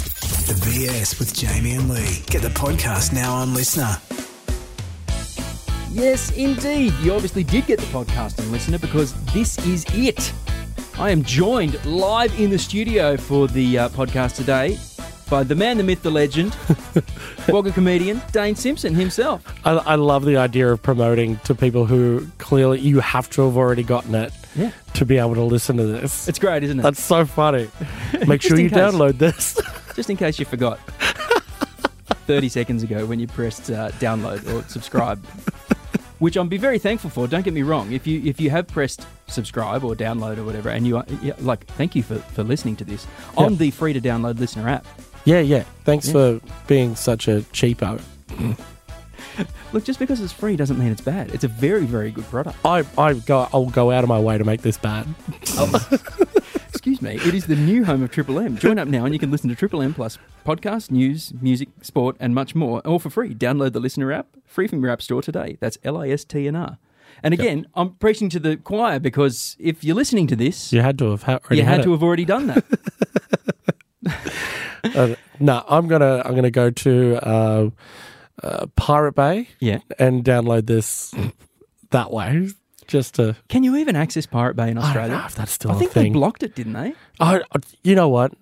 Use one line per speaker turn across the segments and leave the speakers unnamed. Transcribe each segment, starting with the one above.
The BS with Jamie and Lee. Get the podcast now on Listener.
Yes, indeed. You obviously did get the podcast and listener because this is it. I am joined live in the studio for the uh, podcast today by the man, the myth, the legend, Wagga comedian Dane Simpson himself.
I, I love the idea of promoting to people who clearly you have to have already gotten it
Yeah.
to be able to listen to this.
It's great, isn't it?
That's so funny. Make
Just
sure
in
you
case.
download this.
Just in case you forgot. 30 seconds ago when you pressed uh, download or subscribe. Which I'm be very thankful for. Don't get me wrong. If you if you have pressed subscribe or download or whatever, and you are, yeah, like, thank you for, for listening to this on
Yeah.
the free to download listener app.
yeah, yeah. Thanks
Yeah.
for being such a cheapo.
Look, just because it's free doesn't mean it's bad. It's a very, very good product.
I, I go, I'll go out of my way to make this bad.
Excuse me. It is the new home of Triple M. Join up now and you can listen to Triple M Plus podcast, news, music, sport, and much more, all for free. Download the listener app, free from your app store today. That's L I S T N R. And again, I'm preaching to the choir because if you're listening to this,
You had to have ha- already
you had,
it.
to have already done that.
Uh, no, I'm gonna I'm gonna go to uh, uh, Pirate Bay
yeah.
and download this that way, just to.
Can you even access Pirate Bay in
I don't
Australia?
know if that's still
I
a
think they
thing.
blocked it, didn't they?
I, I- you know what?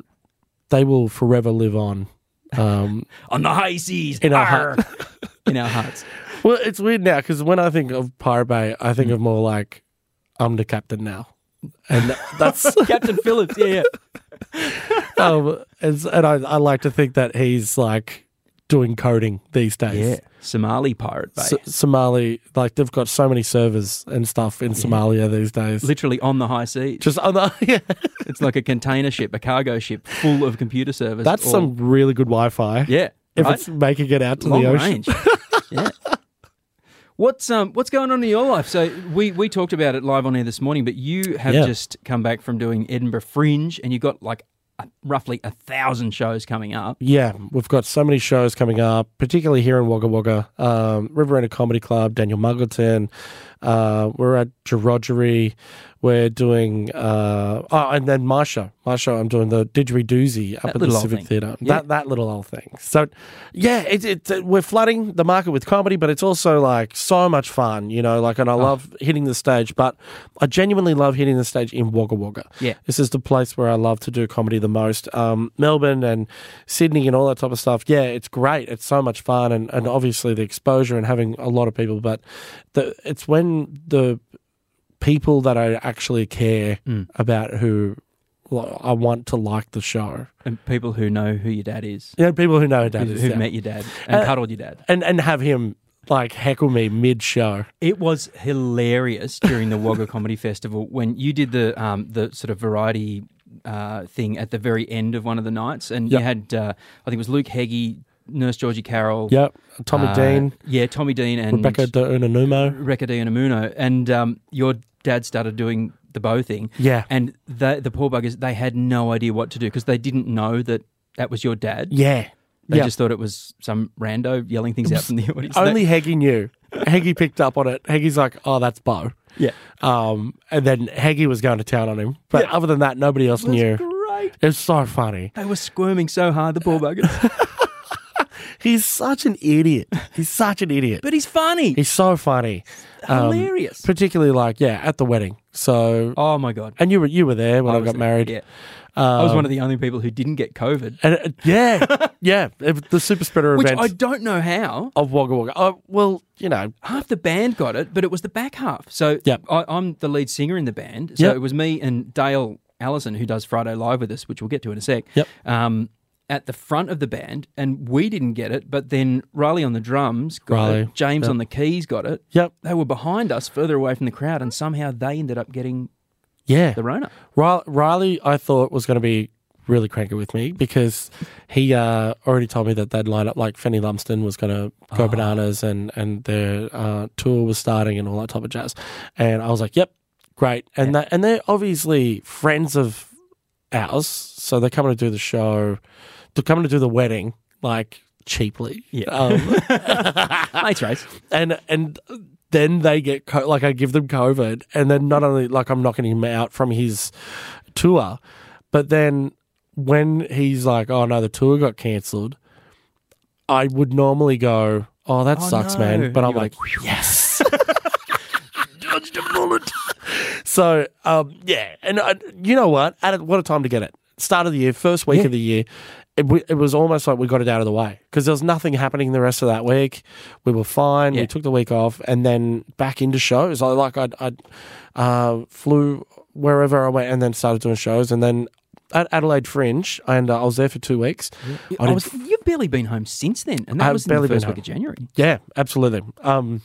They will forever live on. Um,
On the high seas.
In our
arr! in our hearts.
well, it's weird now because when I think of Pirate Bay, I think of more like I'm the captain now, and that's
Captain Phillips, yeah, yeah.
um, and, and I, I like to think that he's like doing coding these days.
Yeah. Somali Pirate Bay.
S- Somali, like they've got so many servers and stuff in Somalia these days.
Literally on the high seas.
Just on the, yeah,
It's like a container ship, a cargo ship full of computer servers.
that's
all-
some really good Wi-Fi.
yeah.
if
right?
it's making it out to
long
the ocean.
range. yeah. What's um what's going on in your life? So we we talked about it live on air this morning, but you have
Yeah.
just come back from doing Edinburgh Fringe, and you got like a, roughly a thousand shows coming up.
Yeah, we've got so many shows coming up, particularly here in Wagga Wagga. Um, Riverina Comedy Club, Daniel Muggleton. Uh, we're at Gerodgery. We're doing, uh, oh, and then Marsha. Marsha, I'm doing the Didgeridoozy up
That
at the
little old
Civic
thing.
Theatre.
Yeah.
That that little old thing. So, yeah, it, it, uh, we're flooding the market with comedy, but it's also like so much fun, you know. Like, and I
Oh.
love hitting the stage, but I genuinely love hitting the stage in Wagga Wagga.
Yeah.
This is the place where I love to do comedy the most. Um, Melbourne and Sydney and all that type of stuff. Yeah, it's great. It's so much fun, and, and obviously the exposure and having a lot of people. But the, it's when the people that I actually care
Mm.
about who well, I want to like the show.
And people who know who your dad is,
You know, people who know who
who,
Dad is
who
now.
met your dad and
Uh,
cuddled your dad.
and and have him like heckle me mid show.
It was hilarious during the Wagga Comedy Festival when you did the um, the sort of variety uh, thing at the very end of one of the nights, and you
Yep.
had uh, I think it was Luke Heggie, Nurse Georgie Carroll,
Yep, Tommy
uh,
Dean,
yeah, Tommy Dean, and
Rebecca De Unanumo.
Rebecca Dean Amuno, and um, your dad started doing the bow thing,
Yeah.
and they, the poor buggers they had no idea what to do because they didn't know that that was your dad.
Yeah.
They
yeah.
just thought it was some rando yelling things out from the audience.
Only Heggy knew. Heggy picked up on it. Heggy's like, "Oh, that's Bo."
yeah,
Um, and then Heggy was going to town on him. But other than that, nobody else knew.
That's great.
It's so funny.
They were squirming so hard, the poor buggers.
He's such an idiot. He's such an idiot.
but he's funny.
He's so funny. Um,
Hilarious.
Particularly like, yeah, at the wedding. So
oh my god.
and you were you were there when I,
was
got
there.
married.
Yeah. I was one of the only people who didn't get COVID,
And it, yeah, yeah, it- the super spreader
which
event
I don't know how.
of Wagga Wagga. Oh, well, you know,
Half the band got it, but it was the back half. So
Yep.
I, I'm the lead singer in the band. So
Yep.
it was me and Dale Allison, who does Friday Live with us, which we'll get to in a sec.
Yep.
Um, at the front of the band, and we didn't get it, but then Riley on the drums got
Riley,
it. James on the keys got it.
yep,
They were behind us, further away from the crowd, and somehow they ended up getting
yeah.
the Rona.
Riley, Riley, I thought was going to be really cranky with me because he uh, already told me that they'd line up like Fanny Lumsden was going to go bananas and and their uh, tour was starting and all that type of jazz, and I was like, yep, great, and that, and they're obviously friends of ours, so they're coming to do the show, they're coming to do the wedding like cheaply,
Yeah.
Um,
Mates race.
and and then they get co- like I give them COVID, and then not only like I'm knocking him out from his tour, but then when he's like, "Oh no, the tour got cancelled," I would normally go, "Oh, that
Oh,
sucks,
no.
man," but I'm
You're
like, "Yes." Dodged a bullet. So, um, yeah, and I, you know what? At a, what a time to get it. Start of the year, first week of the year, it, w- it was almost like we got it out of the way because there was nothing happening the rest of that week. We were fine.
Yeah.
We took the week off and then back into shows. I like I I uh, flew wherever I went and then started doing shows and then at Adelaide Fringe and uh, I was there for two weeks. I
Mm-hmm. I
did
was, Oh, you've barely been home since then, and that
I've
was in the
barely been
first week
home.
of January.
Yeah, absolutely. Um,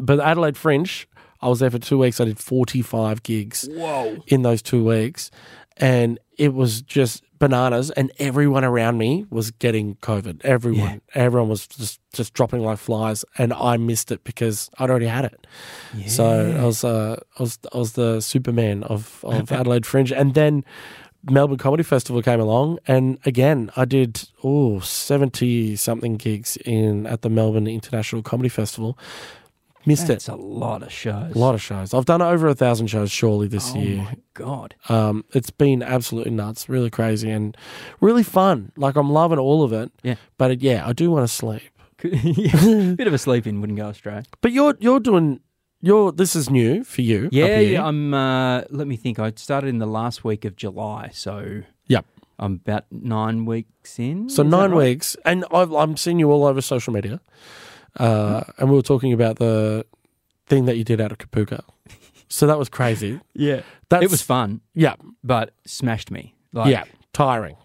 but Adelaide Fringe, I was there for two weeks. I did 45 gigs
Whoa!
in those two weeks. And it was just bananas. And everyone around me was getting COVID. Everyone. Everyone was just, just dropping like flies. And I missed it because I'd already had it. So I was, uh, I was, I was the Superman of, of Adelaide Fringe. And then Melbourne Comedy Festival came along, and again, I did oh 70 something gigs in at the Melbourne International Comedy Festival. Missed
That's
it.
a lot of shows.
A lot of shows. I've done over a thousand shows surely this
Oh
year.
my god!
Um, it's been absolutely nuts, really crazy, and really fun. Like I'm loving all of it.
Yeah.
But it, yeah, I do want to sleep.
Yeah, Bit of a sleep in wouldn't go astray.
But you're you're doing you're this is new for you. up
Yeah,
here.
yeah. I'm. Uh, let me think. I started in the last week of July, so
Yep.
I'm about nine weeks in.
So
is that
nine
right?
weeks, and I've, I'm seeing you all over social media. Uh,
Mm-hmm.
and we were talking about the thing that you did out of Kapuka. So that was crazy.
Yeah,
That's,
it was fun,
Yeah,
but smashed me. Like,
yeah, tiring.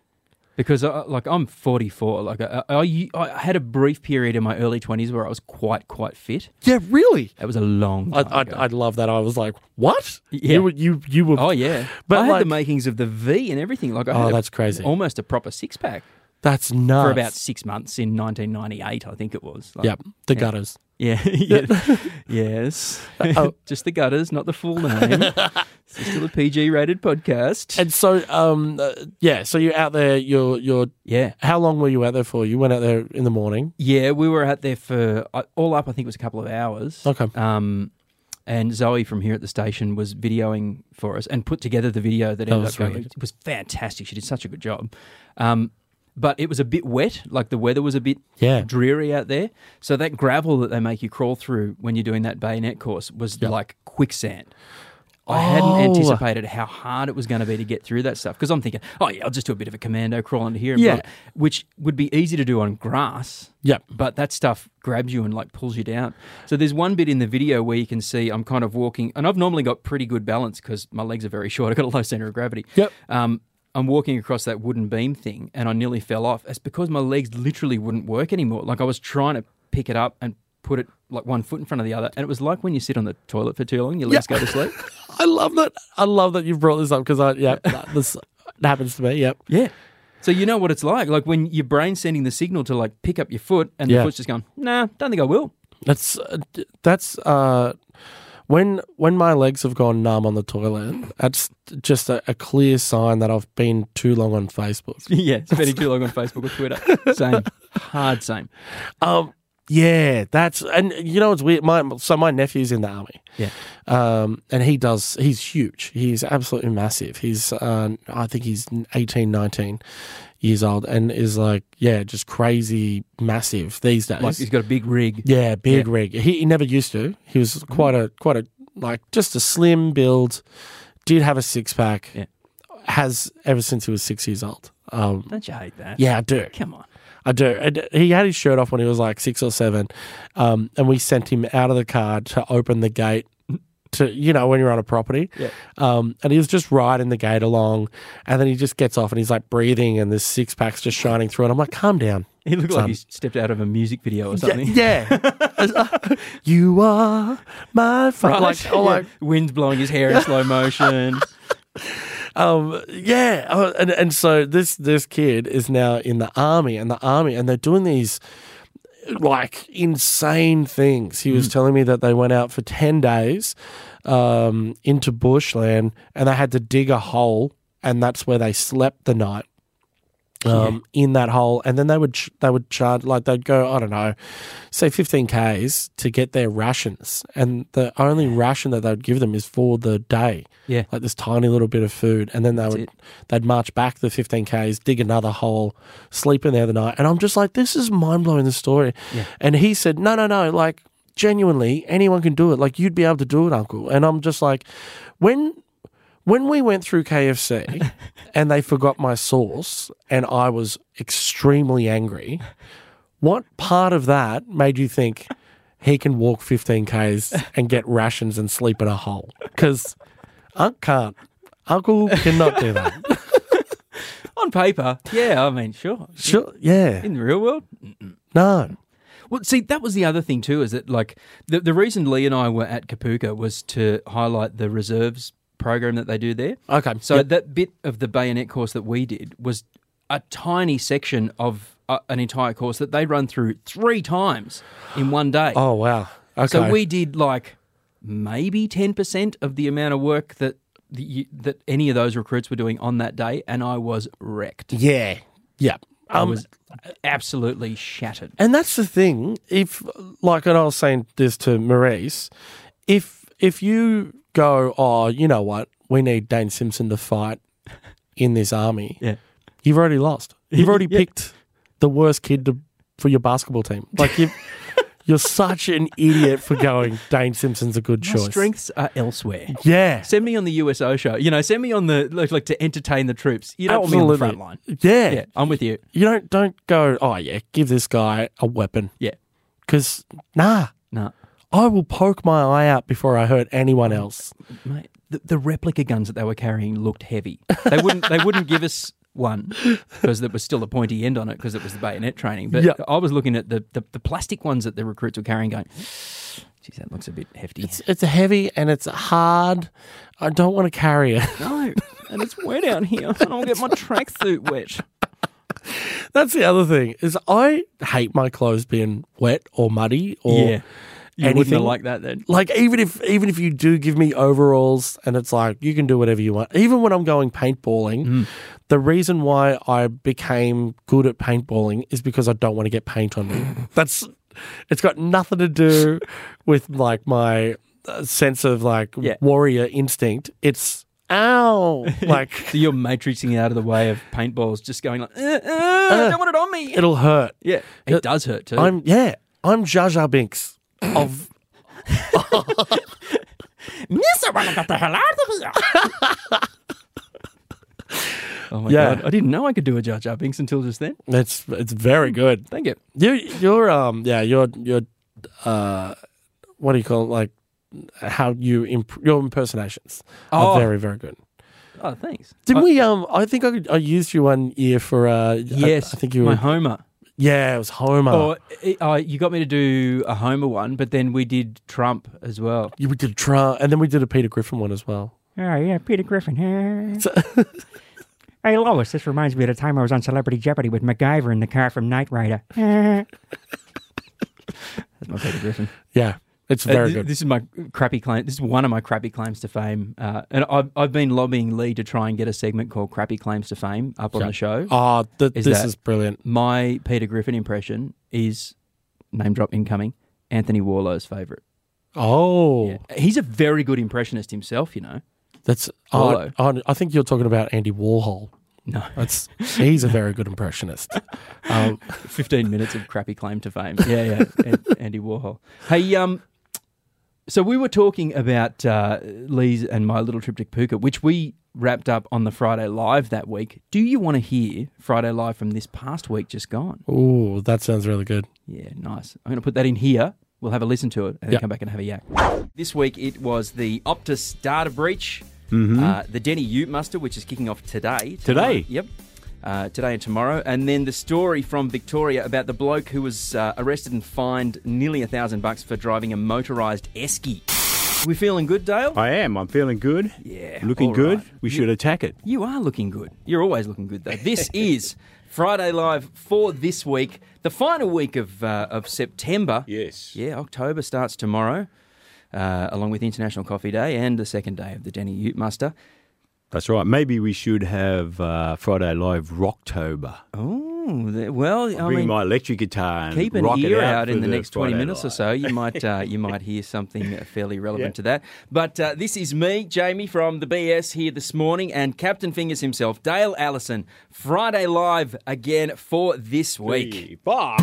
because I, like I'm 44. Like I, I, I had a brief period in my early 20s where I was quite quite fit.
Yeah, really.
That was a long.
I,
Time
I,
ago.
I love that. I was like, what?
Oh Yeah.
You were, you, you were.
oh yeah,
But
but I had the
like-
makings of the V and everything. Like I
Oh,
had a-
that's crazy.
almost a proper six pack
That's nuts.
for about six months in 1998. I think it was. Like,
Yep, the gutters.
Yeah. yeah. yes.
Oh.
Just the gutters, not the full name. This is still a PG rated podcast.
And so, um, uh, yeah. So you're out there. You're, you're.
yeah.
How long were you out there for? You went out there in the morning.
Yeah, we were out there for I- all up. I think it was a couple of hours.
Okay.
Um, and Zoe from here at the station was videoing for us and put together the video that, ended
was
up going.
really good.
It was fantastic. She did such a good job. Um, but it was a bit wet. Like the weather was a bit
Yeah.
dreary out there. So that gravel that they make you crawl through when you're doing that bayonet course was like quicksand. I hadn't
Oh.
anticipated how hard it was going to be to get through that stuff because I'm thinking, oh yeah, I'll just do a bit of a commando crawl under here, and
Yeah.
blah," which would be easy to do on grass
Yep.
but that stuff grabs you and like pulls you down. So there's one bit in the video where you can see I'm kind of walking, and I've normally got pretty good balance because my legs are very short. I've got a low center of gravity.
Yep.
Um, I'm walking across that wooden beam thing, and I nearly fell off. It's because my legs literally wouldn't work anymore. Like I was trying to pick it up and put it like one foot in front of the other, and it was like when you sit on the toilet for too long, your legs go to sleep.
I love that. I love that you've brought this up because I yeah, that- this that happens to me. Yep.
yeah. So you know what it's like, like when your brain's sending the signal to like pick up your foot, and
Yeah.
the foot's just going, nah, don't think I will.
That's uh, d- that's uh, when when my legs have gone numb on the toilet. That's just a, a clear sign that I've been too long on Facebook.
yeah, spending too long on Facebook or Twitter. Same, hard same.
Um, yeah, that's and you know it's weird. My so my nephew's in the army.
Yeah.
Um, and he does. He's huge. He's absolutely massive. He's, um, I think he's 18, 19 years old, and is like, yeah, just crazy massive these days.
Like he's got a big rig.
Yeah, big rig. He, he never used to. He was
Mm-hmm.
quite a quite a like just a slim build. Did have a six pack.
Yeah.
Has ever since he was six years old. Um,
Don't you hate that?
yeah, I do.
Come on.
I do. And he had his shirt off when he was like six or seven, um, and we sent him out of the car to open the gate. To you know, when you're on a property,
Yeah.
um, and he was just riding the gate along, and then he just gets off and he's like breathing, and this six pack's just shining through, and I'm like, calm down.
He looked
Son.
like he stepped out of a music video or something.
Um, Yeah, yeah. you are my friend. Like,
Like,
I'm Oh, like,
wind blowing his hair in slow motion.
um, yeah, uh, and and so this this kid is now in the army, and the army, and they're doing these like insane things. He was telling me that they went out for ten days um, into bushland, and they had to dig a hole, and that's where they slept the night. um, in that hole, and then they would ch- they would charge like they'd go I don't know, say fifteen k's to get their rations, and the only ration that they would give them is for the day,
Yeah.
like this tiny little bit of food, and then they would
it.
they'd march back the fifteen k's, dig another hole, sleep in there the night, and I'm just like this is mind blowing the story,
Yeah.
and he said no no no like genuinely anyone can do it like you'd be able to do it uncle, and I'm just like when when we went through KFC and they forgot my sauce and I was extremely angry, what part of that made you think he can walk 15Ks and get rations and sleep in a hole? Because Unc can't. Uncle cannot do that.
On paper, yeah, I mean, sure.
Sure, yeah.
In the real world,
No.
Well, see, that was the other thing too, is that like the the reason Lee and I were at Kapuka was to highlight the reserves program that they do there.
Okay.
So
yep.
that bit of the bayonet course that we did was a tiny section of uh, an entire course that they run through three times in one day.
oh, wow. Okay.
So we did like maybe ten percent of the amount of work that the, you, that any of those recruits were doing on that day, and I was wrecked.
Yeah. Yeah.
I
Um,
was absolutely shattered.
And that's the thing. If like, and I was saying this to Maurice, if if you go, oh, you know what, we need Dane Simpson to fight in this army.
Yeah.
You've already lost. You've already
Yeah.
picked the worst kid to, for your basketball team. Like you, you're such an idiot for going. Dane Simpson's a good
My
choice.
strengths are elsewhere.
Yeah.
Send me on the USO show. You know, send me on the like, like to entertain the troops. You don't want me on the front line.
Yeah.
Yeah, I'm with you.
You don't don't go. Oh yeah, give this guy a weapon.
Yeah,
Because nah,
no,
I will poke my eye out before I hurt anyone else.
mate. The, the replica guns that they were carrying looked heavy. They wouldn't. they wouldn't give us one because there was still a pointy end on it because it was the bayonet training. But
Yeah.
I was looking at the, the the plastic ones that the recruits were carrying, going, "Geez, that looks a bit hefty."
It's heavy and it's hard. I don't want to carry it.
no, and it's wet out here, and I'll get my tracksuit wet.
That's the other thing is I hate my clothes being wet or muddy or
yeah, you wouldn't have
anything.
liked that then.
like even if even if you do give me overalls and it's like you can do whatever you want. Even when I'm going paintballing, the reason why I became good at paintballing is because I don't want to get paint on me. That's it's got nothing to do with like my uh, sense of like
Yeah.
warrior instinct. It's ow like
So you're matrixing it out of the way of paintballs, just going like, uh, uh, I don't want it on me.
it'll hurt.
yeah, it does hurt too.
I'm yeah, I'm Jar Jar Binks of
oh my
yeah.
god, I didn't know I could do a Jar Jar Binks until just then.
it's it's very good.
Thank you.
You you're um yeah, you're you're uh what do you call it? like how you imp- your impersonations
Oh.
are very very good.
Oh, thanks.
Didn't
I-
we um I think I, could- I used you one year for uh I-
Yes,
I, think you
my
were Oh.
Homer.
yeah, it was Homer.
Or uh, uh, you got me to do a Homer one, but then we did Trump as well.
you we did Trump and then we did a Peter Griffin one as well.
Oh, yeah, Peter Griffin. hey, Lois, this reminds me of the time I was on Celebrity Jeopardy with MacGyver in the car from Knight Rider.
That's my Peter Griffin.
Yeah. It's
Uh,
very
th-
good.
This is my crappy claim. This is one of my crappy claims to fame, uh, and I've I've been lobbying Lee to try and get a segment called "Crappy Claims to Fame" up on
Yeah.
the show.
Oh, th-
Is
this is
that-
brilliant.
my Peter Griffin impression is name drop incoming Anthony Warlow's favorite.
Oh,
Yeah. He's a very good impressionist himself, you know.
that's oh,
Hello.
oh, I think you're talking about Andy Warhol.
No,
That's he's a very good impressionist. Um,
15 minutes of crappy claim to fame. Yeah, yeah, An- Andy Warhol. Hey, um so we were talking about uh, Lee's and my little trip to Puka, which we wrapped up on the Friday live that week. Do you want to hear Friday live from this past week just gone?
ooh, that sounds really good.
Yeah, nice. I'm going to put that in here. We'll have a listen to it and then
Yeah.
come back and have a yak. This week it was the Optus data breach, uh, the Denny Ute muster, which is kicking off today.
Today?
Yep. Uh, today and tomorrow. And then the story from Victoria about the bloke who was uh, arrested and fined nearly a thousand bucks for driving a motorised esky. We feeling good, Dale?
I am. I'm feeling good.
Yeah,
Looking
all
good.
right.
We
You-
should attack it.
You are looking good. You're always looking good, though. This is Friday Live for this week, the final week of uh, of September.
Yes.
Yeah, October starts tomorrow, uh, along with International Coffee Day and the second day of the Denny Ute Muster.
That's right. Maybe we should have uh, Friday Live Rocktober.
Oh, there- well, I
Bring
mean,
my electric guitar and
keep an
rock it
ear
out,
out,
for
in the
the
next 20
Friday
minutes or
Live.
so. You might uh, you might hear something fairly relevant
Yeah.
to that. But uh, this is me, Jamie from the BS here this morning, and Captain Fingers himself, Dale Allison, Friday live again for this week.
Three, four.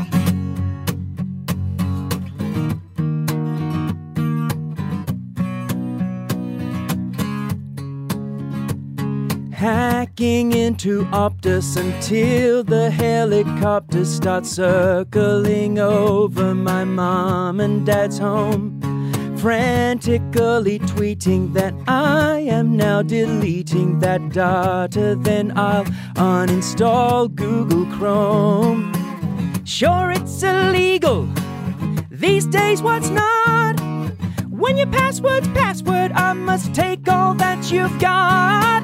Hacking into Optus until the helicopters start circling over my mom and dad's home. Frantically tweeting that I am now deleting that data, then I'll uninstall Google Chrome. Sure, it's illegal. These days, what's not? When your password's password, I must take all that you've got.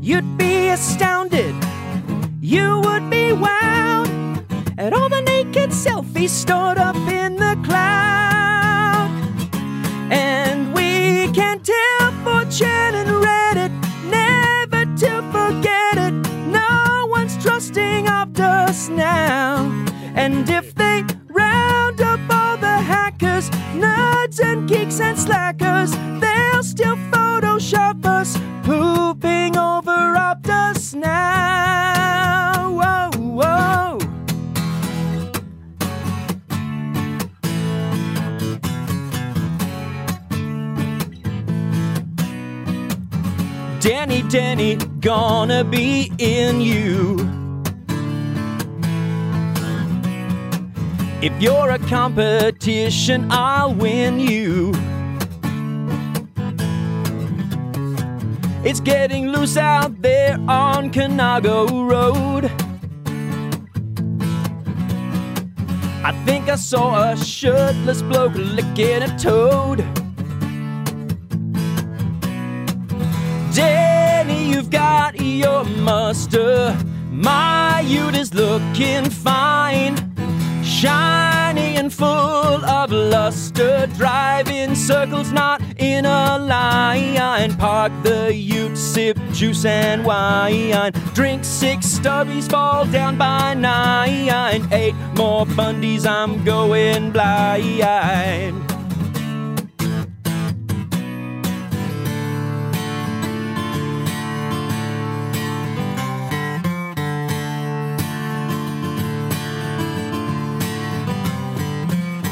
You'd be astounded. You would be wowed at all the naked selfies stored up in the cloud. And we can tell fortune and Reddit never to forget it. No one's trusting Optus now. And if they round up all the hackers, nerds and geeks and slackers, they'll still Photoshop us, pooping over Optus now. Whoa, whoa. Danny, Danny, gonna be in you. If you're a competition, I'll win you. It's getting loose out there on Canago Road. I think I saw a shirtless bloke licking a toad. Danny, you've got your muster. My ute is looking fine. Shiny and full of luster. Drive in circles, not in a line. Park the ute, sip juice and wine. Drink six stubbies, fall down by nine. Eight more bundies, I'm going blind.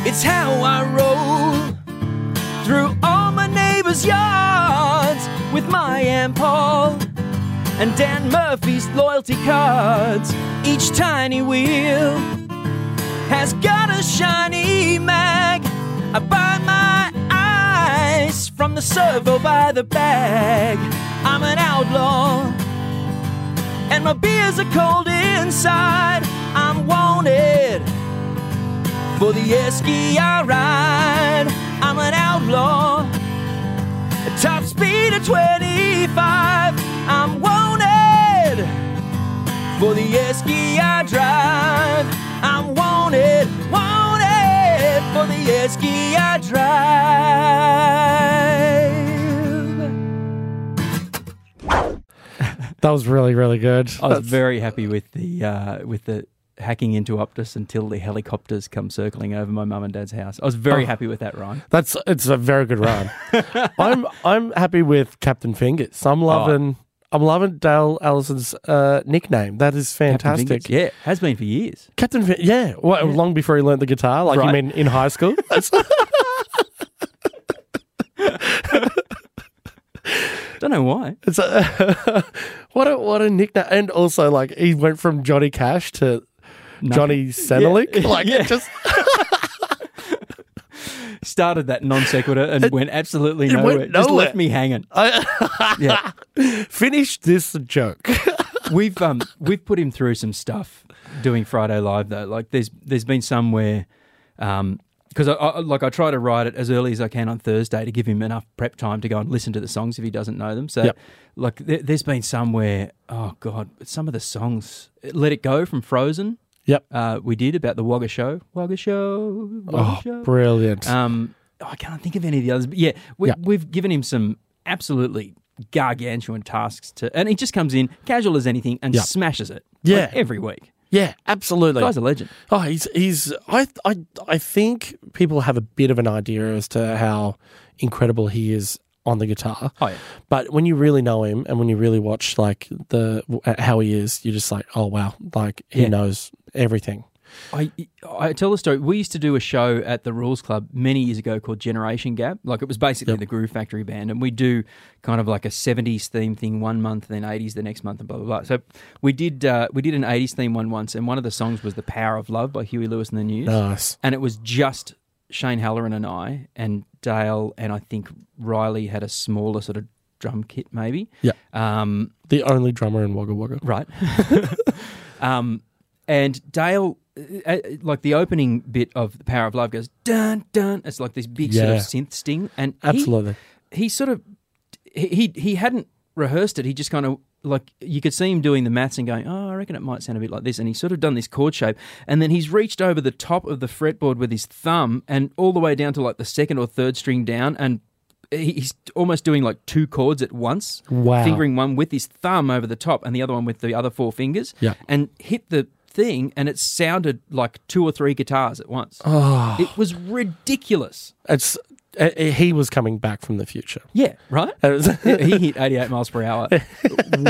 It's how I roll through all my neighbors' yards with my Aunt Paul and Dan Murphy's loyalty cards. Each tiny wheel has got a shiny mag. I buy my ice from the servo by the bag. I'm an outlaw and my beers are cold inside. I'm wanted for the esky I ride. I'm an outlaw, a top speed of 25. I'm wanted for the esky I drive. I'm wanted, wanted for the esky I drive.
That was really, really good.
I was very happy with the uh, with the hacking into Optus until the helicopters come circling over my mum and dad's house. I was very happy with that, Ryan.
That's it's a very good run. I'm I'm happy with Captain Fingers.
Oh.
I'm loving I'm loving Dale Allison's uh, nickname. That is fantastic.
Captain Fingers. Yeah, has been for years.
Captain Fin- yeah. Well, long before he learnt the guitar. Like
Right.
you mean in high school? That's-
Don't know why.
it's a, what a what a nickname. And also like he went from Johnny Cash to Johnny Senelik. Like
Yeah.
it just
Started that non sequitur and went absolutely nowhere.
went
Just
nowhere.
left me hanging.
I,
Yeah,
finish this joke.
we've um we've put him through some stuff doing Friday Live though. Like there's there's been some where um because I, I like I try to write it as early as I can on Thursday to give him enough prep time to go and listen to the songs if he doesn't know them. So
Yep.
like there, there's been some where oh god some of the songs Let It Go from Frozen.
Yep.
Uh, we did about the Wagga show. Wagga show. Wagga
Oh,
show.
brilliant.
Uh, Um, oh, I can't think of any of the others. But yeah, we,
Yeah.
we've given him some absolutely gargantuan tasks to, and he just comes in casual as anything and
Yeah.
smashes it.
Yeah.
Like, every week.
Yeah, absolutely.
Guy's a legend.
Oh, he's he's. I I I think people have a bit of an idea as to how incredible he is on the guitar.
Oh, yeah.
But when you really know him and when you really watch like the uh, how he is, you're just like, oh wow, like he
Yeah.
knows everything.
I I tell the story. We used to do a show at the Rules Club many years ago called Generation Gap. Like it was basically the Groove Factory band, and we do kind of like a '70s theme thing one month, then '80s the next month, and blah blah blah. So we did uh, we did an '80s theme one once, and one of the songs was "The Power of Love" by Huey Lewis and the News,
Nice.
and it was just Shane Halloran and I, and Dale, and I think Riley had a smaller sort of drum kit, maybe.
Yeah.
Um,
The only drummer in Wagga Wagga.
Right. um, and Dale, uh, uh, like the opening bit of The Power of Love goes dun dun. It's like this big sort of
Yeah.
synth sting, and he-
Absolutely.
he, sort of he he hadn't rehearsed it. He just kind of like you could see him doing the maths and going, oh, I reckon it might sound a bit like this. And he's sort of done this chord shape, and then he's reached over the top of the fretboard with his thumb and all the way down to like the second or third string down, and he- he's almost doing like two chords at once
Wow.
fingering one with his thumb over the top and the other one with the other four fingers
Yeah.
and hit the thing and it sounded like two or three guitars at once.
Oh,
It was ridiculous.
it's uh, uh, he was coming back from the future.
Yeah, right?
It was-
he hit 88 miles per hour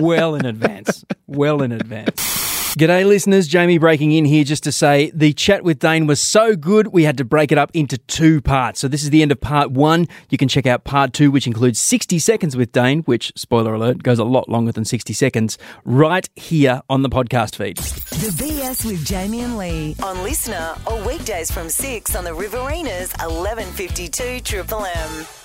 well in advance. Well in advance. G'day, listeners. Jamie breaking in here just to say the chat with Dane was so good, we had to break it up into two parts. So, this is the end of part one. You can check out part two, which includes 60 seconds with Dane, which, spoiler alert, goes a lot longer than 60 seconds, right here on the podcast feed.
The BS with Jamie and Lee on Listener or weekdays from 6 on the Riverina's 1152 Triple M.